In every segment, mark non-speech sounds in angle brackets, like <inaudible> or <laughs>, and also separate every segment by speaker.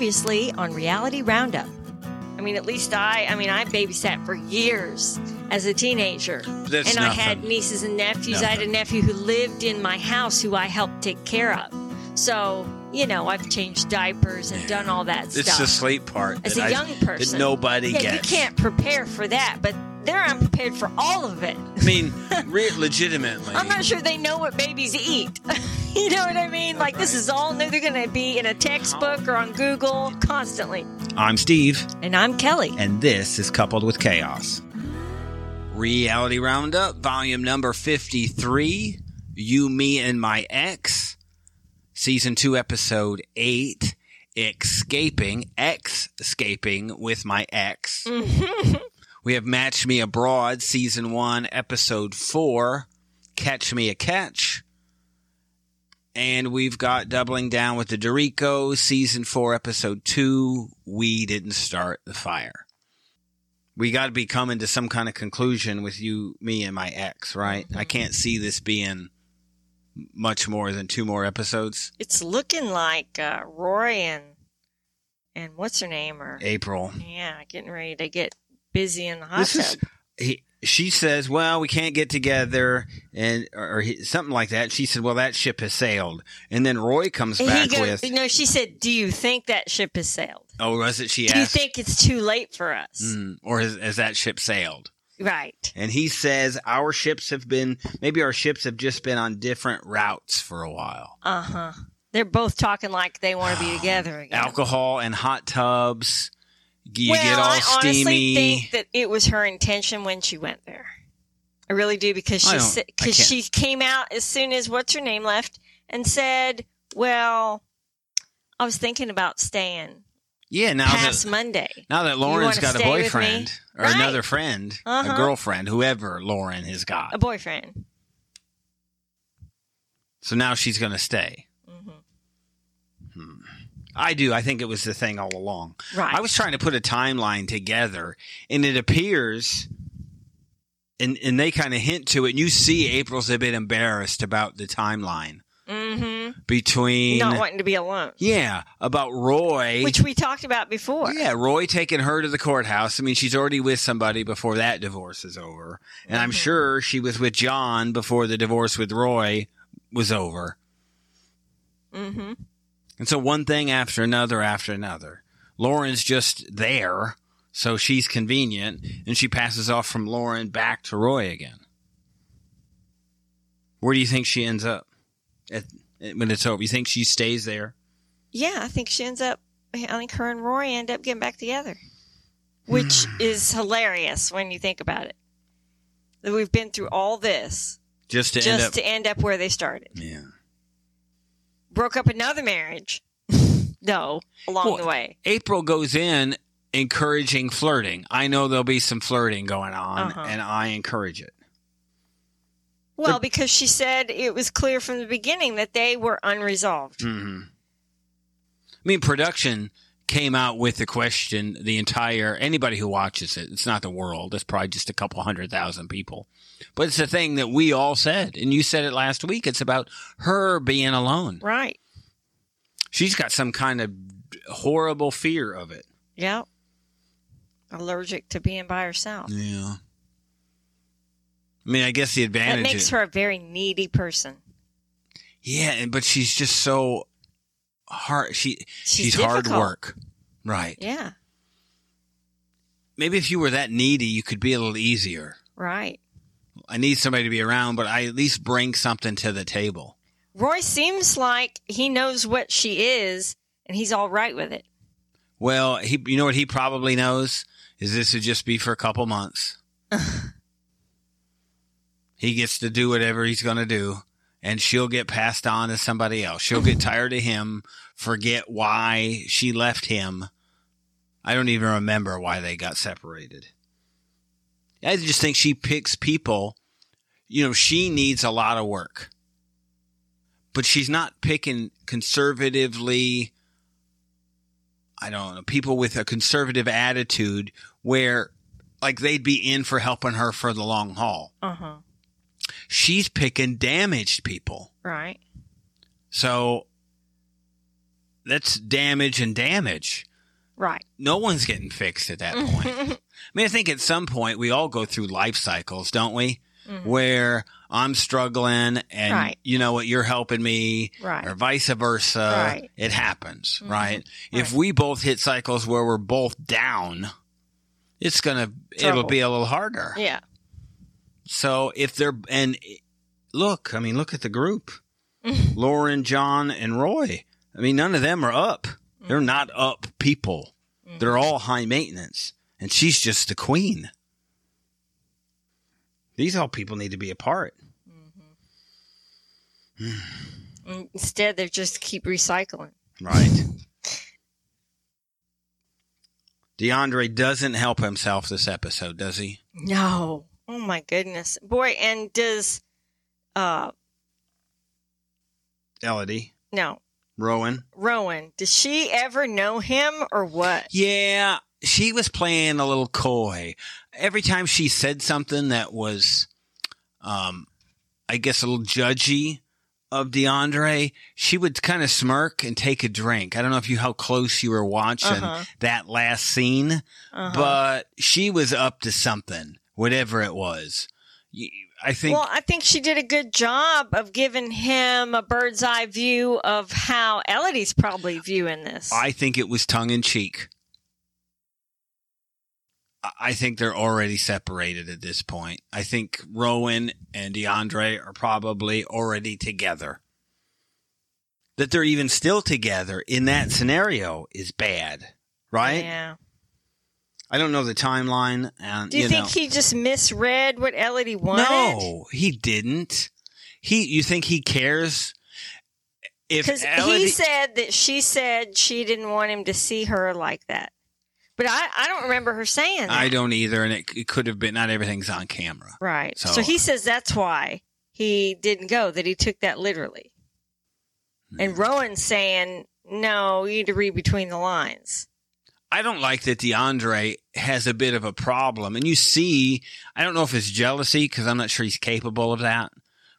Speaker 1: Previously on Reality Roundup. I mean, at least I, I mean, I babysat for years as a teenager.
Speaker 2: That's
Speaker 1: and I had
Speaker 2: nothing.
Speaker 1: nieces and nephews. I had a
Speaker 2: Nothing.
Speaker 1: nephew who lived in my house who I helped take care of. So, you know, I've changed diapers and done all that
Speaker 2: It's
Speaker 1: stuff.
Speaker 2: the sleep part
Speaker 1: as
Speaker 2: that
Speaker 1: a
Speaker 2: I-
Speaker 1: young person.
Speaker 2: that nobody
Speaker 1: yeah,
Speaker 2: gets.
Speaker 1: You can't prepare for that, but they're unprepared for all of it.
Speaker 2: I mean, re- legitimately.
Speaker 1: I'm not sure they know what babies eat. <laughs> you know what I mean? Like, this is all new. They're going to be in a textbook or on Google constantly.
Speaker 2: I'm Steve,
Speaker 1: And I'm Kelly.
Speaker 2: and this is coupled with chaos. Reality Roundup, volume number fifty-three. You, me, and my ex, season two, episode eight. Escaping, ex escaping with my ex. We have Match Me Abroad, Season 1, Episode 4, Catch Me a Catch. And we've got Doubling Down with the Dorico, Season 4, Episode 2, We Didn't Start the Fire. We got to be coming to some kind of conclusion with you, me, and my ex, right? I can't see this being much more than two more episodes.
Speaker 1: It's looking like uh, Roy and and what's her name or
Speaker 2: April.
Speaker 1: yeah, getting ready to get busy in the hot
Speaker 2: This is-
Speaker 1: tub.
Speaker 2: he, she says, "Well, we can't get together," and or, or he, something like that. She said, "Well, that ship has sailed." And then Roy comes
Speaker 1: And
Speaker 2: back
Speaker 1: he goes,
Speaker 2: with,
Speaker 1: no, she said, "Do you think that ship has sailed?
Speaker 2: "Oh, was it?" She
Speaker 1: Do you
Speaker 2: asked,
Speaker 1: think it's too late for us?"
Speaker 2: Mm, "Or has, has that ship sailed?"
Speaker 1: Right.
Speaker 2: And he says, "Our ships have been maybe our ships have just been on different routes for a while.
Speaker 1: Uh huh. They're both talking like they want to
Speaker 2: Ah.
Speaker 1: be together again.
Speaker 2: Alcohol and hot tubs. You
Speaker 1: well,
Speaker 2: get all
Speaker 1: I honestly
Speaker 2: steamy."
Speaker 1: think that it was her intention when she went there. I really do because
Speaker 2: I
Speaker 1: she
Speaker 2: don't-
Speaker 1: sa-
Speaker 2: I
Speaker 1: cause
Speaker 2: can't-
Speaker 1: she came out as soon as what's her name left and said, "Well, I was thinking about staying
Speaker 2: yeah, now
Speaker 1: past
Speaker 2: that
Speaker 1: Monday."
Speaker 2: now that Lauren's
Speaker 1: wanna
Speaker 2: got a
Speaker 1: stay with me?
Speaker 2: boyfriend or
Speaker 1: Right.
Speaker 2: another friend,
Speaker 1: Uh-huh. Uh,
Speaker 2: a girlfriend, whoever Lauren has got,
Speaker 1: A boyfriend.
Speaker 2: so now she's going to stay.
Speaker 1: hmm
Speaker 2: I do. I think it was the thing all along.
Speaker 1: Right.
Speaker 2: I was trying to put a timeline together, and it appears, and and they kind of hint to it. And you see, April's a bit embarrassed about the timeline
Speaker 1: Mm-hmm.
Speaker 2: between,
Speaker 1: Not wanting to be alone,
Speaker 2: yeah, about Roy.
Speaker 1: which we talked about before.
Speaker 2: yeah, Roy taking her to the courthouse. I mean, she's already with somebody before that divorce is over, and I'm
Speaker 1: Mhm.
Speaker 2: sure she was with John before the divorce with Roy was over.
Speaker 1: Mm-hmm.
Speaker 2: And so one thing after another after another. Lauren's just there, so she's convenient, and she passes off from Lauren back to Roy again. Where do you think she ends up at, at- when it's over? You think she stays there?
Speaker 1: Yeah, I think she ends up. I think her and Rory end up getting back together,
Speaker 2: Hmm.
Speaker 1: which is hilarious when you think about it. That we've been through all this
Speaker 2: Just to
Speaker 1: just
Speaker 2: end up.
Speaker 1: to end up where they started.
Speaker 2: yeah.
Speaker 1: Broke up another marriage. <laughs> no, along
Speaker 2: Well,
Speaker 1: the way.
Speaker 2: April goes in encouraging flirting. I know there'll be some flirting going on,
Speaker 1: Uh-huh.
Speaker 2: and I encourage it.
Speaker 1: Well, because she said it was clear from the beginning that they were unresolved.
Speaker 2: hmm I mean, production came out with the question. The entire anybody who watches it, it's not the world. It's probably just a couple hundred thousand people, but it's the thing that we all said, and you said it last week. It's about her being alone.
Speaker 1: Right.
Speaker 2: She's got some kind of horrible fear of it.
Speaker 1: Yep. Allergic to being by herself.
Speaker 2: Yeah. I mean, I guess the advantage
Speaker 1: That makes
Speaker 2: is-
Speaker 1: her a very needy person.
Speaker 2: Yeah, and- but she's just so hard. She
Speaker 1: She's,
Speaker 2: she's, hard
Speaker 1: difficult.
Speaker 2: work, right?
Speaker 1: Yeah.
Speaker 2: Maybe if you were that needy, you could be a little easier.
Speaker 1: Right.
Speaker 2: I need somebody to be around, but I at least bring something to the table.
Speaker 1: Roy seems like he knows what she is and he's all right with it.
Speaker 2: Well, he, you know what he probably knows is this would just be for a couple months. he gets to do whatever he's going to do, and she'll get passed on to somebody else. She'll get tired of him, forget why she left him. I don't even remember why they got separated. I just think she picks people. You know, she needs a lot of work, but she's not picking conservatively. I don't know, people with a conservative attitude where like they'd be in for helping her for the long haul.
Speaker 1: Uh huh.
Speaker 2: She's picking damaged people.
Speaker 1: Right.
Speaker 2: So that's damage and damage.
Speaker 1: Right.
Speaker 2: No one's getting
Speaker 1: <laughs>
Speaker 2: fixed at that point. I mean, I think at some point we all go through life cycles, don't we? Where I'm struggling and
Speaker 1: Mm-hmm. Right.
Speaker 2: you know what, you're helping me,
Speaker 1: Right.
Speaker 2: or vice versa.
Speaker 1: Right. Mm-hmm.
Speaker 2: It happens, right?
Speaker 1: Right.
Speaker 2: If we both hit cycles where we're both down, it's gonna it'll
Speaker 1: Trouble.
Speaker 2: be a little harder. <sighs>
Speaker 1: Yeah.
Speaker 2: So if they're and look, I mean, look at
Speaker 1: <laughs>
Speaker 2: the group: Lauren, John, and Roy. I mean, none of them are up.
Speaker 1: Mm-hmm.
Speaker 2: They're not up people. They're all high maintenance, and she's just the queen. These all people need to be apart.
Speaker 1: Mm-hmm. Instead, they just keep recycling.
Speaker 2: Right. DeAndre doesn't help himself this episode, does he?
Speaker 1: No. Oh my goodness, boy. And does uh
Speaker 2: Elodie,
Speaker 1: no
Speaker 2: Rowan.
Speaker 1: Rowan? Does she ever know him or what?
Speaker 2: Yeah, she was playing a little coy. Every time she said something that was, um, I guess, a little judgy of DeAndre, she would kind of smirk and take a drink. I don't know if you how close you were watching
Speaker 1: Uh-huh.
Speaker 2: that last scene,
Speaker 1: Uh-huh.
Speaker 2: but she was up to something, whatever it was. Y- I think
Speaker 1: well, I think she did a good job of giving him a bird's eye view of how Elodie's probably viewing this.
Speaker 2: I think it was tongue in cheek. I- I think they're already separated at this point. I think Rowan and DeAndre are probably already together. That they're even still together in that scenario is bad, right?
Speaker 1: Yeah.
Speaker 2: I don't know the timeline. And,
Speaker 1: Do you, think
Speaker 2: know.
Speaker 1: he just misread what Elodie wanted?
Speaker 2: No, he didn't. He, you think he cares? If
Speaker 1: Because
Speaker 2: Elodie-
Speaker 1: he said that she said she didn't want him to see her like that. But I, I don't remember her saying that.
Speaker 2: I don't either, and it, it could have been not everything's on camera.
Speaker 1: Right. So,
Speaker 2: So-
Speaker 1: he says that's why he didn't go, that he took that literally. And
Speaker 2: Hmm.
Speaker 1: Rowan's saying, no, you need to read between the lines.
Speaker 2: I don't like that DeAndre has a bit of a problem. And you see, I don't know if it's jealousy because I'm not sure he's capable of that,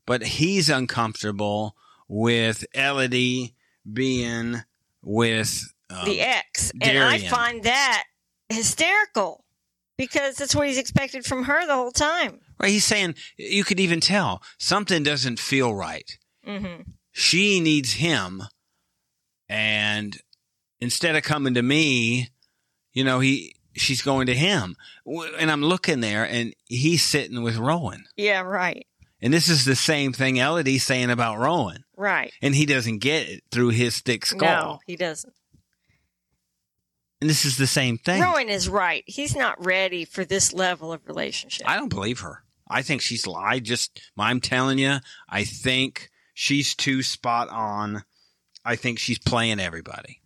Speaker 2: but he's uncomfortable with Elodie being with. Um,
Speaker 1: the e-, ex. And I
Speaker 2: Darian.
Speaker 1: find that hysterical because that's what he's expected from her the whole time.
Speaker 2: right, he's saying you could even tell something doesn't feel right.
Speaker 1: Mm-hmm.
Speaker 2: She needs him. And instead of coming to me, you know, he she's going to him. W- And I'm looking there and he's sitting with Rowan.
Speaker 1: Yeah, right.
Speaker 2: And this is the same thing Elodie's saying about Rowan.
Speaker 1: Right.
Speaker 2: And he doesn't get it through his thick skull.
Speaker 1: No, he doesn't.
Speaker 2: And this is the same thing.
Speaker 1: Rowan is right. He's not ready for this level of relationship.
Speaker 2: I don't believe her. I think she's I just I'm telling you, I think she's too spot on. I think she's playing everybody.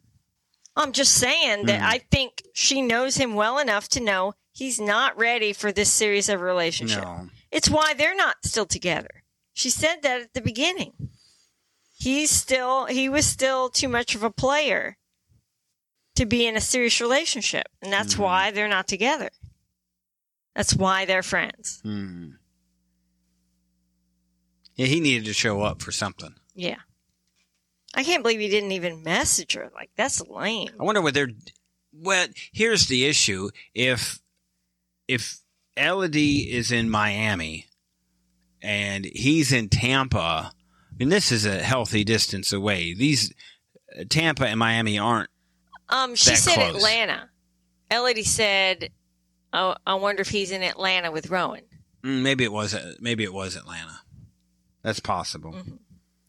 Speaker 1: I'm just saying that
Speaker 2: Mhm.
Speaker 1: I think she knows him well enough to know he's not ready for this series of relationship.
Speaker 2: No.
Speaker 1: It's why they're not still together. She said that at the beginning. He's still he was still too much of a player to be in a serious relationship, and that's
Speaker 2: Mhm.
Speaker 1: why they're not together. That's why they're friends.
Speaker 2: Hmm. Yeah, he needed to show up for something.
Speaker 1: Yeah. I can't believe he didn't even message her. Like that's lame.
Speaker 2: I wonder what they're. Well, here's the issue: if if Elodie is in Miami and he's in Tampa, I mean, this is a healthy distance away. These uh, Tampa and Miami aren't.
Speaker 1: Um she
Speaker 2: That
Speaker 1: said
Speaker 2: close.
Speaker 1: Atlanta. Elodie said, "Oh, I wonder if he's in Atlanta with Rowan."
Speaker 2: mm, Maybe it was. Maybe it was Atlanta. That's possible.
Speaker 1: Mhm.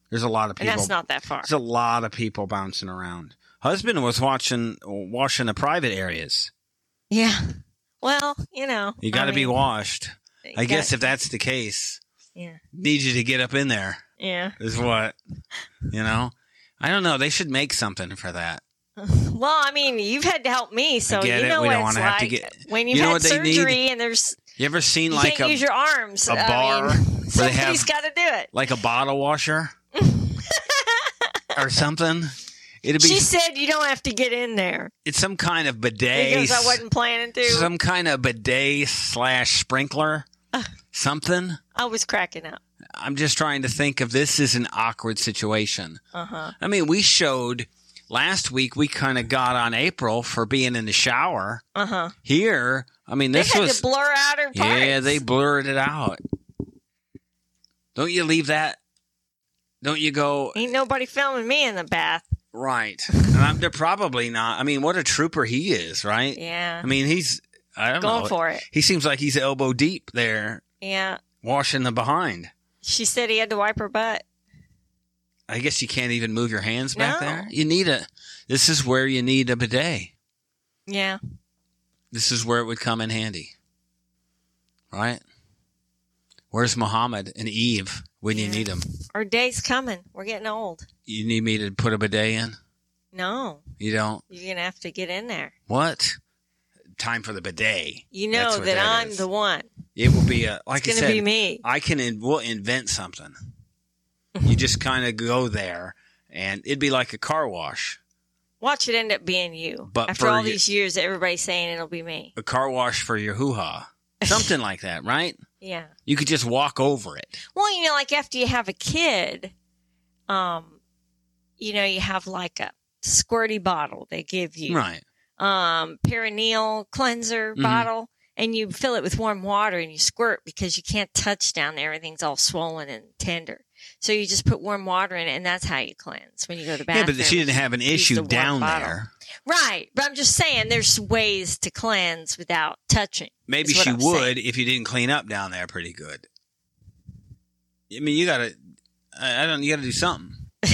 Speaker 2: There's a lot of
Speaker 1: And
Speaker 2: people.
Speaker 1: that's not that far.
Speaker 2: there's a lot of people bouncing around. Husband was watching washing the private areas.
Speaker 1: yeah. Well, you know.
Speaker 2: You got to be washed. I guess if that's the case,
Speaker 1: Yeah.
Speaker 2: need you to get up in there.
Speaker 1: Yeah.
Speaker 2: is what you know i don't know they should make something for that
Speaker 1: Well, I mean, you've had to help me, so
Speaker 2: get
Speaker 1: you
Speaker 2: it.
Speaker 1: know
Speaker 2: We
Speaker 1: what
Speaker 2: don't
Speaker 1: it's
Speaker 2: wanna
Speaker 1: like
Speaker 2: have to get-
Speaker 1: when you've
Speaker 2: You know
Speaker 1: had
Speaker 2: what they need?
Speaker 1: surgery and there's
Speaker 2: you ever seen
Speaker 1: you
Speaker 2: like
Speaker 1: can't
Speaker 2: a
Speaker 1: use your arms.
Speaker 2: a
Speaker 1: I
Speaker 2: bar
Speaker 1: mean,
Speaker 2: where
Speaker 1: <laughs>
Speaker 2: they
Speaker 1: somebody's
Speaker 2: have
Speaker 1: got to do it.
Speaker 2: like a
Speaker 1: <laughs>
Speaker 2: bottle washer or something it'd be
Speaker 1: She said you don't have to get in there
Speaker 2: it's some kind of bidet
Speaker 1: because I wasn't planning to.
Speaker 2: some kind of bidet slash sprinkler something
Speaker 1: I was cracking up.
Speaker 2: i'm just trying to think of this is an awkward situation
Speaker 1: Uh huh.
Speaker 2: i mean we showed last week we kind of got on April for being in the shower.
Speaker 1: Uh huh.
Speaker 2: Here, I mean,
Speaker 1: They
Speaker 2: this
Speaker 1: had
Speaker 2: was
Speaker 1: to blur out her parts.
Speaker 2: yeah, they blurred it out. Don't you leave that? Don't you go
Speaker 1: ain't nobody filming me in the bath.
Speaker 2: right? And I'm they're probably not. I mean, what a trooper he is, right?
Speaker 1: Yeah,
Speaker 2: I mean, he's I don't
Speaker 1: going
Speaker 2: know.
Speaker 1: for it.
Speaker 2: He seems like he's elbow deep there,
Speaker 1: Yeah,
Speaker 2: washing the behind.
Speaker 1: she said he had to wipe her butt.
Speaker 2: I guess you can't even move your hands back
Speaker 1: No.
Speaker 2: there. You need a. This is where you need a bidet.
Speaker 1: Yeah,
Speaker 2: This is where it would come in handy. Right? Where's Muhammad and Eve when you
Speaker 1: Yeah.
Speaker 2: need them?
Speaker 1: our day's coming. We're getting old.
Speaker 2: You need me to put a bidet in?
Speaker 1: No,
Speaker 2: You don't?
Speaker 1: you're gonna have to get in there.
Speaker 2: What? Time for the bidet.
Speaker 1: You
Speaker 2: That's
Speaker 1: know
Speaker 2: what
Speaker 1: that,
Speaker 2: that
Speaker 1: I'm
Speaker 2: is.
Speaker 1: the one.
Speaker 2: It will be a like I
Speaker 1: it's
Speaker 2: said. uh,
Speaker 1: gonna be me.
Speaker 2: I can in, we'll invent something. You just kind of go there, and it'd be like a car wash.
Speaker 1: Watch it end up being you.
Speaker 2: But
Speaker 1: after
Speaker 2: for
Speaker 1: all
Speaker 2: you-
Speaker 1: these years, everybody's saying it'll be me.
Speaker 2: a car wash for your
Speaker 1: <laughs>
Speaker 2: hoo ha, something like that, right?
Speaker 1: Yeah.
Speaker 2: You could just walk over it.
Speaker 1: Well, you know, like after you have a kid, um, you know, you have like a squirty bottle they give you,
Speaker 2: Right.
Speaker 1: um, perineal cleanser
Speaker 2: Mhm.
Speaker 1: bottle, and you fill it with warm water and you squirt because you can't touch down there; everything's all swollen and tender. So you just put warm water in it, and that's how you cleanse when you go to the
Speaker 2: yeah,
Speaker 1: bathroom.
Speaker 2: but she didn't have an
Speaker 1: the
Speaker 2: issue
Speaker 1: warm
Speaker 2: down
Speaker 1: bottle.
Speaker 2: there.
Speaker 1: right? But I'm just saying, there's ways to cleanse without touching.
Speaker 2: Maybe
Speaker 1: That's what
Speaker 2: she
Speaker 1: I'm
Speaker 2: would if you didn't clean up down there pretty good. I mean, you gotta, I I don't, you gotta do something.
Speaker 1: <laughs>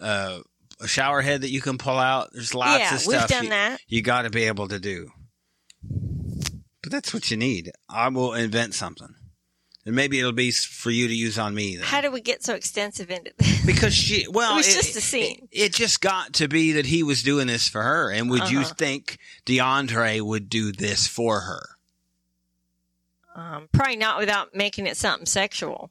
Speaker 2: uh, a shower head that you can pull out. There's lots
Speaker 1: yeah,
Speaker 2: of stuff.
Speaker 1: we've done
Speaker 2: you,
Speaker 1: that.
Speaker 2: you gotta be able to do. But that's what you need. I will invent something. And maybe it'll be s- for you to use on me. Then.
Speaker 1: How do we get so extensive into this?
Speaker 2: because she <laughs> well
Speaker 1: It was just a scene.
Speaker 2: It, it just got to be that he was doing this for her, and would you
Speaker 1: Uh-huh.
Speaker 2: think DeAndre would do this for her?
Speaker 1: Um, probably not without making it something sexual.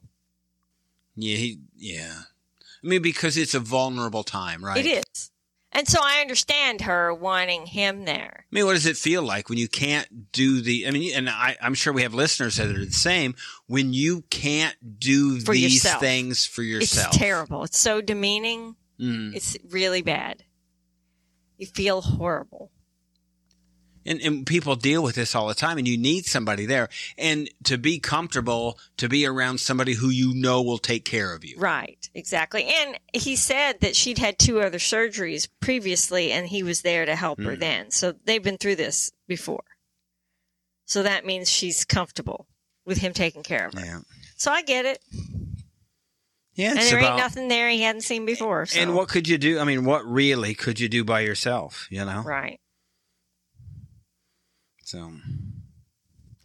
Speaker 2: Yeah, he, yeah. I mean, because it's a vulnerable time, right?
Speaker 1: It is. And so I understand her wanting him there.
Speaker 2: I mean, what does it feel like when you can't do the? I mean, and I, I'm sure we have listeners that are the same. When you can't do
Speaker 1: For
Speaker 2: these
Speaker 1: yourself.
Speaker 2: things for yourself,
Speaker 1: It's terrible. It's so demeaning.
Speaker 2: Mm.
Speaker 1: It's really bad. You feel horrible.
Speaker 2: And, and people deal with this all the time, and you need somebody there. And to be comfortable, to be around somebody who you know will take care of you.
Speaker 1: Right, exactly. And he said that she'd had two other surgeries previously and he was there to help her
Speaker 2: Mm.
Speaker 1: then. So they've been through this before. So that means she's comfortable with him taking care of her.
Speaker 2: Yeah.
Speaker 1: So I get it.
Speaker 2: Yeah,
Speaker 1: and
Speaker 2: it's
Speaker 1: there
Speaker 2: about.
Speaker 1: ain't nothing there he hadn't seen before. So.
Speaker 2: And what could you do? I mean, what really could you do by yourself? You know.
Speaker 1: Right.
Speaker 2: So.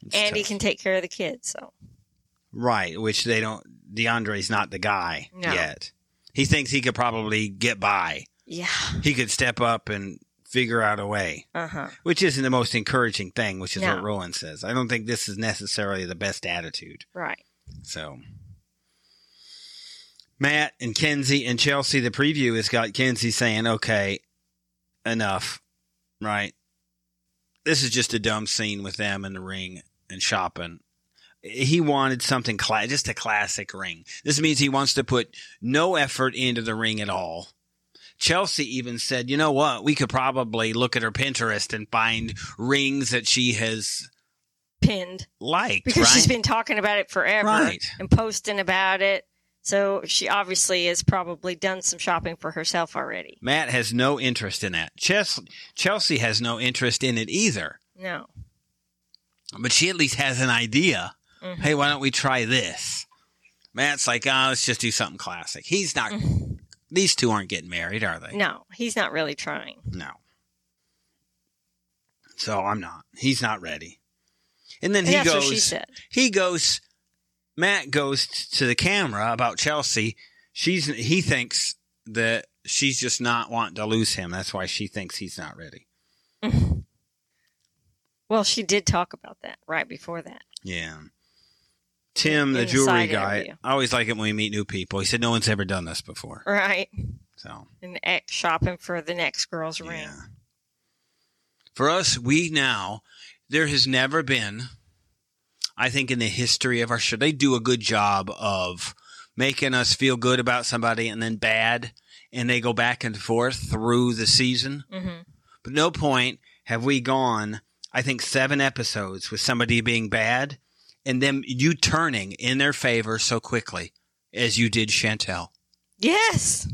Speaker 2: it's
Speaker 1: and he
Speaker 2: tough.
Speaker 1: can take care of the kids. So.
Speaker 2: Right, which they don't. DeAndre's not the guy
Speaker 1: No.
Speaker 2: yet. He thinks he could probably get by.
Speaker 1: Yeah.
Speaker 2: He could step up and figure out a way,
Speaker 1: Uh huh.
Speaker 2: which isn't the most encouraging thing, which is
Speaker 1: No.
Speaker 2: what Rowan says. I don't think this is necessarily the best attitude.
Speaker 1: Right.
Speaker 2: So, Matt and Kenzie and Chelsea, the preview has got Kenzie saying, okay, enough, right? This is just a dumb scene with them in the ring and shopping. He wanted something, cla- just a classic ring. This means he wants to put no effort into the ring at all. Chelsea even said, you know what? We could probably look at her Pinterest and find rings that she has
Speaker 1: Pinned
Speaker 2: liked.
Speaker 1: because
Speaker 2: right?
Speaker 1: she's been talking about it forever
Speaker 2: Right.
Speaker 1: and posting about it. So she obviously has probably done some shopping for herself already.
Speaker 2: Matt has no interest in that. Ches- Chelsea has no interest in it either,
Speaker 1: No.
Speaker 2: but she at least has an idea.
Speaker 1: Mhm.
Speaker 2: Hey, why don't we try this? Matt's like, oh, let's just do something classic. He's not, these two aren't getting married, are they?
Speaker 1: Mm-hmm. No, he's not really trying.
Speaker 2: No. So I'm not. He's not ready. And then he
Speaker 1: that's
Speaker 2: goes,
Speaker 1: what she said.
Speaker 2: he goes matt goes t- to the camera about chelsea she's he thinks that she's just not wanting to lose him that's why she thinks he's not ready
Speaker 1: Mm-hmm. Well, she did talk about that right before that.
Speaker 2: yeah tim
Speaker 1: In
Speaker 2: the
Speaker 1: the
Speaker 2: jewelry
Speaker 1: side
Speaker 2: guy
Speaker 1: interview.
Speaker 2: i always like it when we meet new people he said no one's ever done this before
Speaker 1: Right.
Speaker 2: so
Speaker 1: And ex shopping for the next girl's ring.
Speaker 2: yeah for us we now there has never been i think in the history of our show they do a good job of making us feel good about somebody and then bad and they go back and forth through the season.
Speaker 1: Mm-hmm.
Speaker 2: But no point have we gone, I think, seven episodes with somebody being bad and them you turning in their favor so quickly as you did Chantel.
Speaker 1: Yes.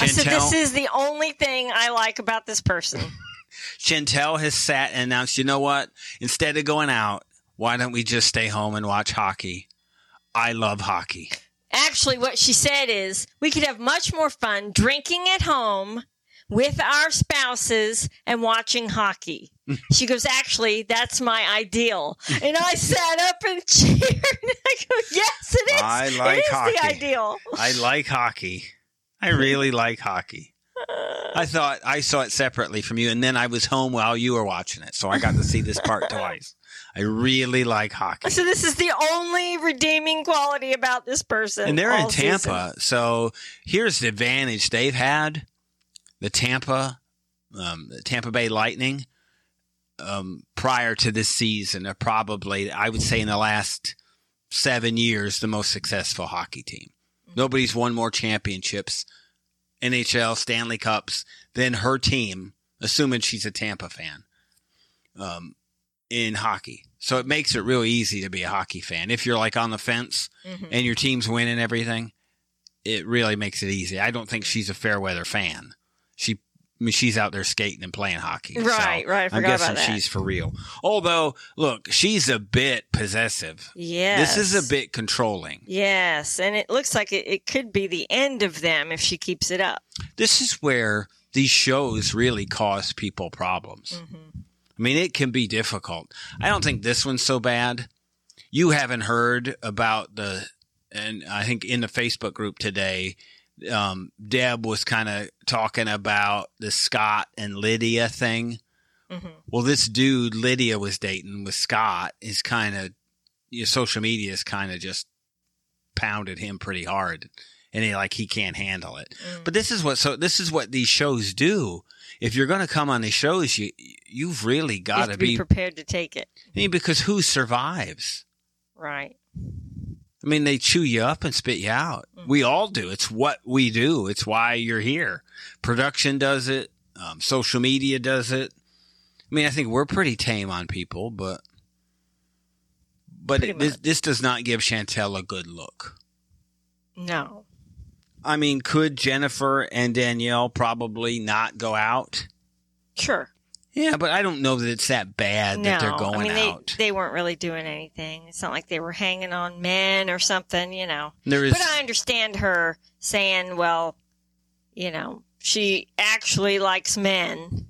Speaker 1: I said this
Speaker 2: Chantel,
Speaker 1: is the only thing I like about this person.
Speaker 2: <laughs> Chantel has sat and announced, you know what? Instead of going out, why don't we just stay home and watch hockey? I love hockey.
Speaker 1: Actually, what she said is we could have much more fun drinking at home with our spouses and watching hockey.
Speaker 2: <laughs>
Speaker 1: She goes, actually, that's my ideal. And I sat up and <laughs> cheered. I go, yes, it is.
Speaker 2: I
Speaker 1: it
Speaker 2: like
Speaker 1: is the
Speaker 2: hockey."
Speaker 1: ideal. <laughs>
Speaker 2: I like hockey. I really like hockey. I thought I saw it separately from you, and then I was home while you were watching it, so I got to see this
Speaker 1: <laughs>
Speaker 2: part twice. I really like hockey,
Speaker 1: So this is the only redeeming quality about this person.
Speaker 2: and they're in
Speaker 1: all season.
Speaker 2: Tampa. So here's the advantage they've had: the Tampa, um, the Tampa Bay Lightning. Um, prior to this season, are probably I would say in the last seven years the most successful hockey team. Nobody's won more championships, NHL, Stanley Cups, than her team, assuming she's a Tampa fan, um, in hockey. So it makes it real easy to be a hockey fan. If you're like on the fence
Speaker 1: Mhm.
Speaker 2: and your team's winning everything, it really makes it easy. I don't
Speaker 1: Mm-hmm.
Speaker 2: think she's a fair weather fan. She, I mean, she's out there skating and playing hockey. so
Speaker 1: Right, right. I
Speaker 2: I'm
Speaker 1: forgot
Speaker 2: guessing
Speaker 1: about that.
Speaker 2: she's for real. Although, look, she's a bit possessive.
Speaker 1: yes.
Speaker 2: This is a bit controlling.
Speaker 1: Yes, and it looks like it, it could be the end of them if she keeps it up.
Speaker 2: this is where these shows really cause people problems. I mean, it can be difficult. I don't think this one's so bad. You haven't heard about the, and I think in the Facebook group today, um, Deb was kind of talking about the Scott and Lydia thing.
Speaker 1: Mhm.
Speaker 2: Well, this dude Lydia was dating with Scott is kind of, your social media is kind of just pounded him pretty hard, and he like he can't handle it.
Speaker 1: mm-hmm.
Speaker 2: But this is what so this is what these shows do. If you're going to come on these shows, you you've really
Speaker 1: You
Speaker 2: got
Speaker 1: have
Speaker 2: to
Speaker 1: to be
Speaker 2: be.
Speaker 1: prepared to take it.
Speaker 2: I mean, because who survives?
Speaker 1: Right.
Speaker 2: I mean, they chew you up and spit you out.
Speaker 1: Mm-hmm.
Speaker 2: We all do. It's what we do. It's why you're here. Production does it. Um, social media does it. I mean, I think we're pretty tame on people, but but
Speaker 1: Pretty
Speaker 2: it, this,
Speaker 1: much.
Speaker 2: this does not give Chantel a good look.
Speaker 1: No.
Speaker 2: I mean, could Jennifer and Danielle probably not go out?
Speaker 1: Sure.
Speaker 2: Yeah, but I don't know that it's that bad
Speaker 1: no.
Speaker 2: that they're going
Speaker 1: I mean,
Speaker 2: out.
Speaker 1: They, they weren't really doing anything. It's not like they were hanging on men or something, you know.
Speaker 2: there is
Speaker 1: But I understand her saying, well, you know, she actually likes men.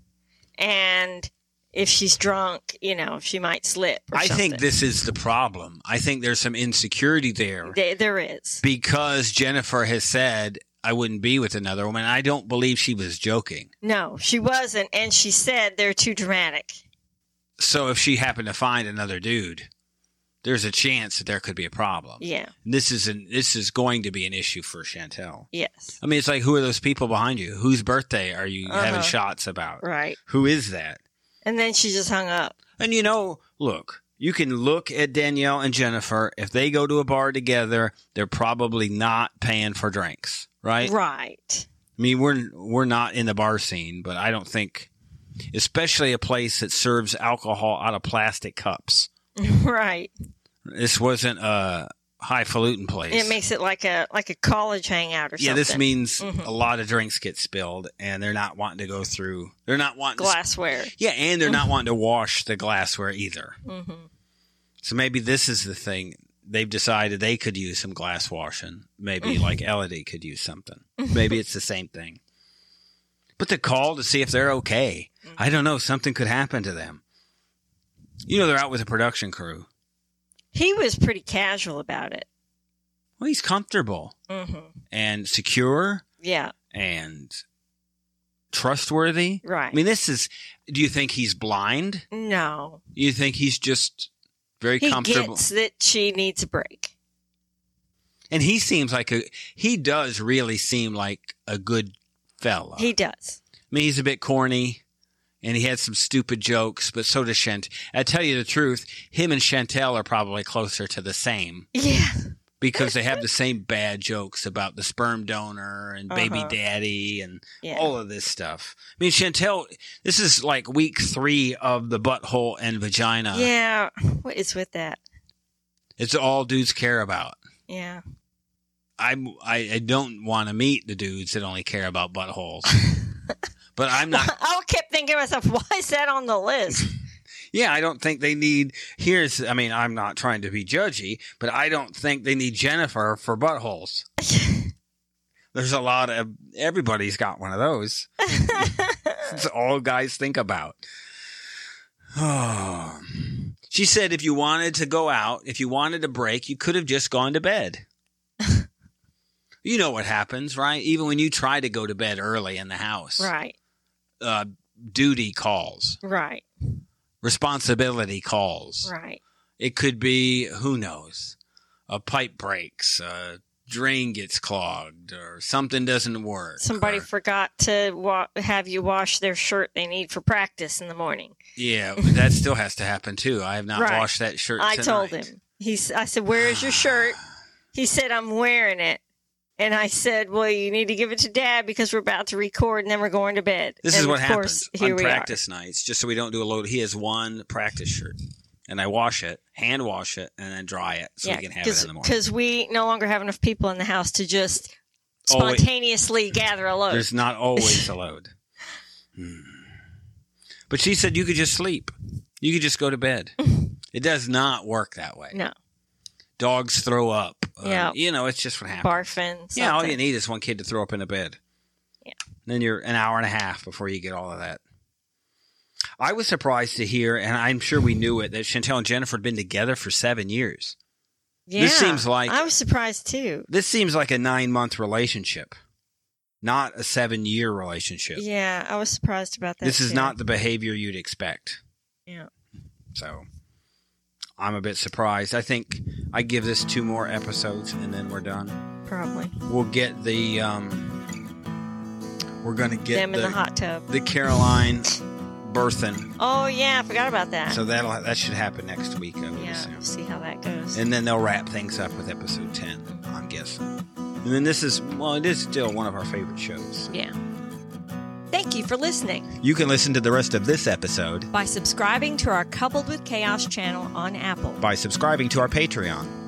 Speaker 1: And if she's drunk, you know, she might slip. Or
Speaker 2: I
Speaker 1: something.
Speaker 2: think this is the problem. I think there's some insecurity there
Speaker 1: There- there is.
Speaker 2: because Jennifer has said I wouldn't be with another woman. I don't believe she was joking.
Speaker 1: No, she wasn't. And she said they're too dramatic.
Speaker 2: So if she happened to find another dude, there's a chance that there could be a problem.
Speaker 1: Yeah.
Speaker 2: This is an, this is going to be an issue for Chantel.
Speaker 1: Yes.
Speaker 2: I mean, it's like who are those people behind you? Whose birthday are you having
Speaker 1: Uh-huh.
Speaker 2: shots about?
Speaker 1: Right.
Speaker 2: Who is that?
Speaker 1: And then she just hung up.
Speaker 2: And you know, look, you can look at Danielle and Jennifer. If they go to a bar together, they're probably not paying for drinks, right?
Speaker 1: Right. <laughs>
Speaker 2: I mean, we're we're not in the bar scene, but I don't think, especially a place that serves alcohol out of plastic cups.
Speaker 1: Right.
Speaker 2: This wasn't a highfalutin place.
Speaker 1: It makes it like a like a college hangout or
Speaker 2: yeah,
Speaker 1: something.
Speaker 2: this means
Speaker 1: Mhm.
Speaker 2: a lot of drinks get spilled, and they're not wanting to go through. They're not wanting to-
Speaker 1: glassware.
Speaker 2: yeah, and they're not wanting to wash the glassware either.
Speaker 1: Mm-hmm.
Speaker 2: So maybe this is the thing. They've decided they could use some glass washing. Maybe
Speaker 1: Mm-hmm.
Speaker 2: like Elodie could use something. Maybe it's the same thing. But the call to see if they're okay.
Speaker 1: Mm-hmm.
Speaker 2: I don't know. Something could happen to them. You know, they're out with a production crew.
Speaker 1: He was pretty casual about it.
Speaker 2: Well, he's comfortable
Speaker 1: Mm-hmm.
Speaker 2: and secure
Speaker 1: Yeah.
Speaker 2: and trustworthy.
Speaker 1: Right.
Speaker 2: I mean, this is. Do you think he's blind?
Speaker 1: no.
Speaker 2: You think he's just very
Speaker 1: He
Speaker 2: comfortable?
Speaker 1: gets that she needs a break.
Speaker 2: And he seems like a he does really seem like a good fella.
Speaker 1: He does. <laughs>
Speaker 2: I mean, he's a bit corny and he had some stupid jokes, but so does Chant. I tell you the truth, him and Chantel are probably closer to the same.
Speaker 1: Yeah.
Speaker 2: because they have the same bad jokes about the sperm donor and baby
Speaker 1: Uh-huh.
Speaker 2: daddy and
Speaker 1: Yeah.
Speaker 2: all of this stuff. I mean, Chantel, this is like week three of the butthole and vagina.
Speaker 1: yeah. What is with that?
Speaker 2: It's all dudes care about.
Speaker 1: Yeah.
Speaker 2: I'm, I, I don't want to meet the dudes that only care about buttholes. but I'm not.
Speaker 1: <laughs> I kept thinking to myself, why is that on the list?
Speaker 2: <laughs>
Speaker 1: <laughs>
Speaker 2: Yeah, I don't think they need. Here's, I mean, I'm not trying to be judgy, but I don't think they need Jennifer for buttholes. There's a lot of everybody's got one of those. it's all guys think about. <sighs> Oh. She said if you wanted to go out, if you wanted a break, you could have just gone
Speaker 1: <laughs>
Speaker 2: to bed. you know what happens, right? Even when you try to go to bed early in the house,
Speaker 1: right.
Speaker 2: uh, duty calls,
Speaker 1: Right.
Speaker 2: responsibility calls.
Speaker 1: Right.
Speaker 2: It could be who knows, a pipe breaks, a drain gets clogged, or something doesn't work.
Speaker 1: Somebody
Speaker 2: or-
Speaker 1: forgot to wa- have you wash their shirt they need for practice in the morning. <laughs>
Speaker 2: yeah, that still has to happen too. I have not
Speaker 1: Right.
Speaker 2: washed that shirt.
Speaker 1: I told
Speaker 2: tonight.
Speaker 1: him. He, s- I said, "Where is your shirt?" He said, "I'm wearing it." And I said, "Well, you need to give it to Dad because we're about to record, and then we're going to bed."
Speaker 2: This
Speaker 1: and
Speaker 2: is what
Speaker 1: of course,
Speaker 2: happens
Speaker 1: Here
Speaker 2: on
Speaker 1: we
Speaker 2: practice nights, just so we don't do a load. He has one practice shirt, and I wash it, hand wash it, and then dry it
Speaker 1: are.
Speaker 2: so
Speaker 1: yeah,
Speaker 2: we can have it in the morning.
Speaker 1: because we no longer have enough people in the house to just
Speaker 2: Oh, wait.
Speaker 1: spontaneously gather a load.
Speaker 2: There's not always
Speaker 1: <laughs>
Speaker 2: a load. Hmm. But she said you could just sleep. You could just go to bed.
Speaker 1: <laughs>
Speaker 2: it does not work that way.
Speaker 1: No.
Speaker 2: Dogs throw up. Um,
Speaker 1: Yeah.
Speaker 2: You know, it's just what happens.
Speaker 1: Barfing.
Speaker 2: yeah, all you
Speaker 1: something.
Speaker 2: need is one kid to throw up in a bed.
Speaker 1: Yeah.
Speaker 2: Then you're an hour and a half before you get all of that. I was surprised to hear, and I'm sure we knew it, that Chantel and Jennifer had been together for seven years.
Speaker 1: Yeah.
Speaker 2: This seems like-
Speaker 1: I was surprised too.
Speaker 2: This seems like a nine month relationship, not a seven year relationship.
Speaker 1: Yeah, I was surprised about that.
Speaker 2: this is
Speaker 1: too.
Speaker 2: not the behavior you'd expect.
Speaker 1: Yeah.
Speaker 2: So I'm a bit surprised. I think I give this two more episodes and then we're done.
Speaker 1: probably
Speaker 2: We'll get the um we're gonna get
Speaker 1: them
Speaker 2: the,
Speaker 1: in the hot tub.
Speaker 2: the Caroline birthing.
Speaker 1: Oh yeah, I forgot about that.
Speaker 2: So that'll that should happen next week, I would
Speaker 1: yeah,
Speaker 2: assume.
Speaker 1: we'll see how that goes.
Speaker 2: And then they'll wrap things up with episode ten, I'm guessing. And then this is well, it is still one of our favorite shows.
Speaker 1: yeah. Thank you for listening.
Speaker 2: You can listen to the rest of this episode
Speaker 1: by subscribing to our Coupled with Chaos channel on Apple
Speaker 2: by subscribing to our Patreon.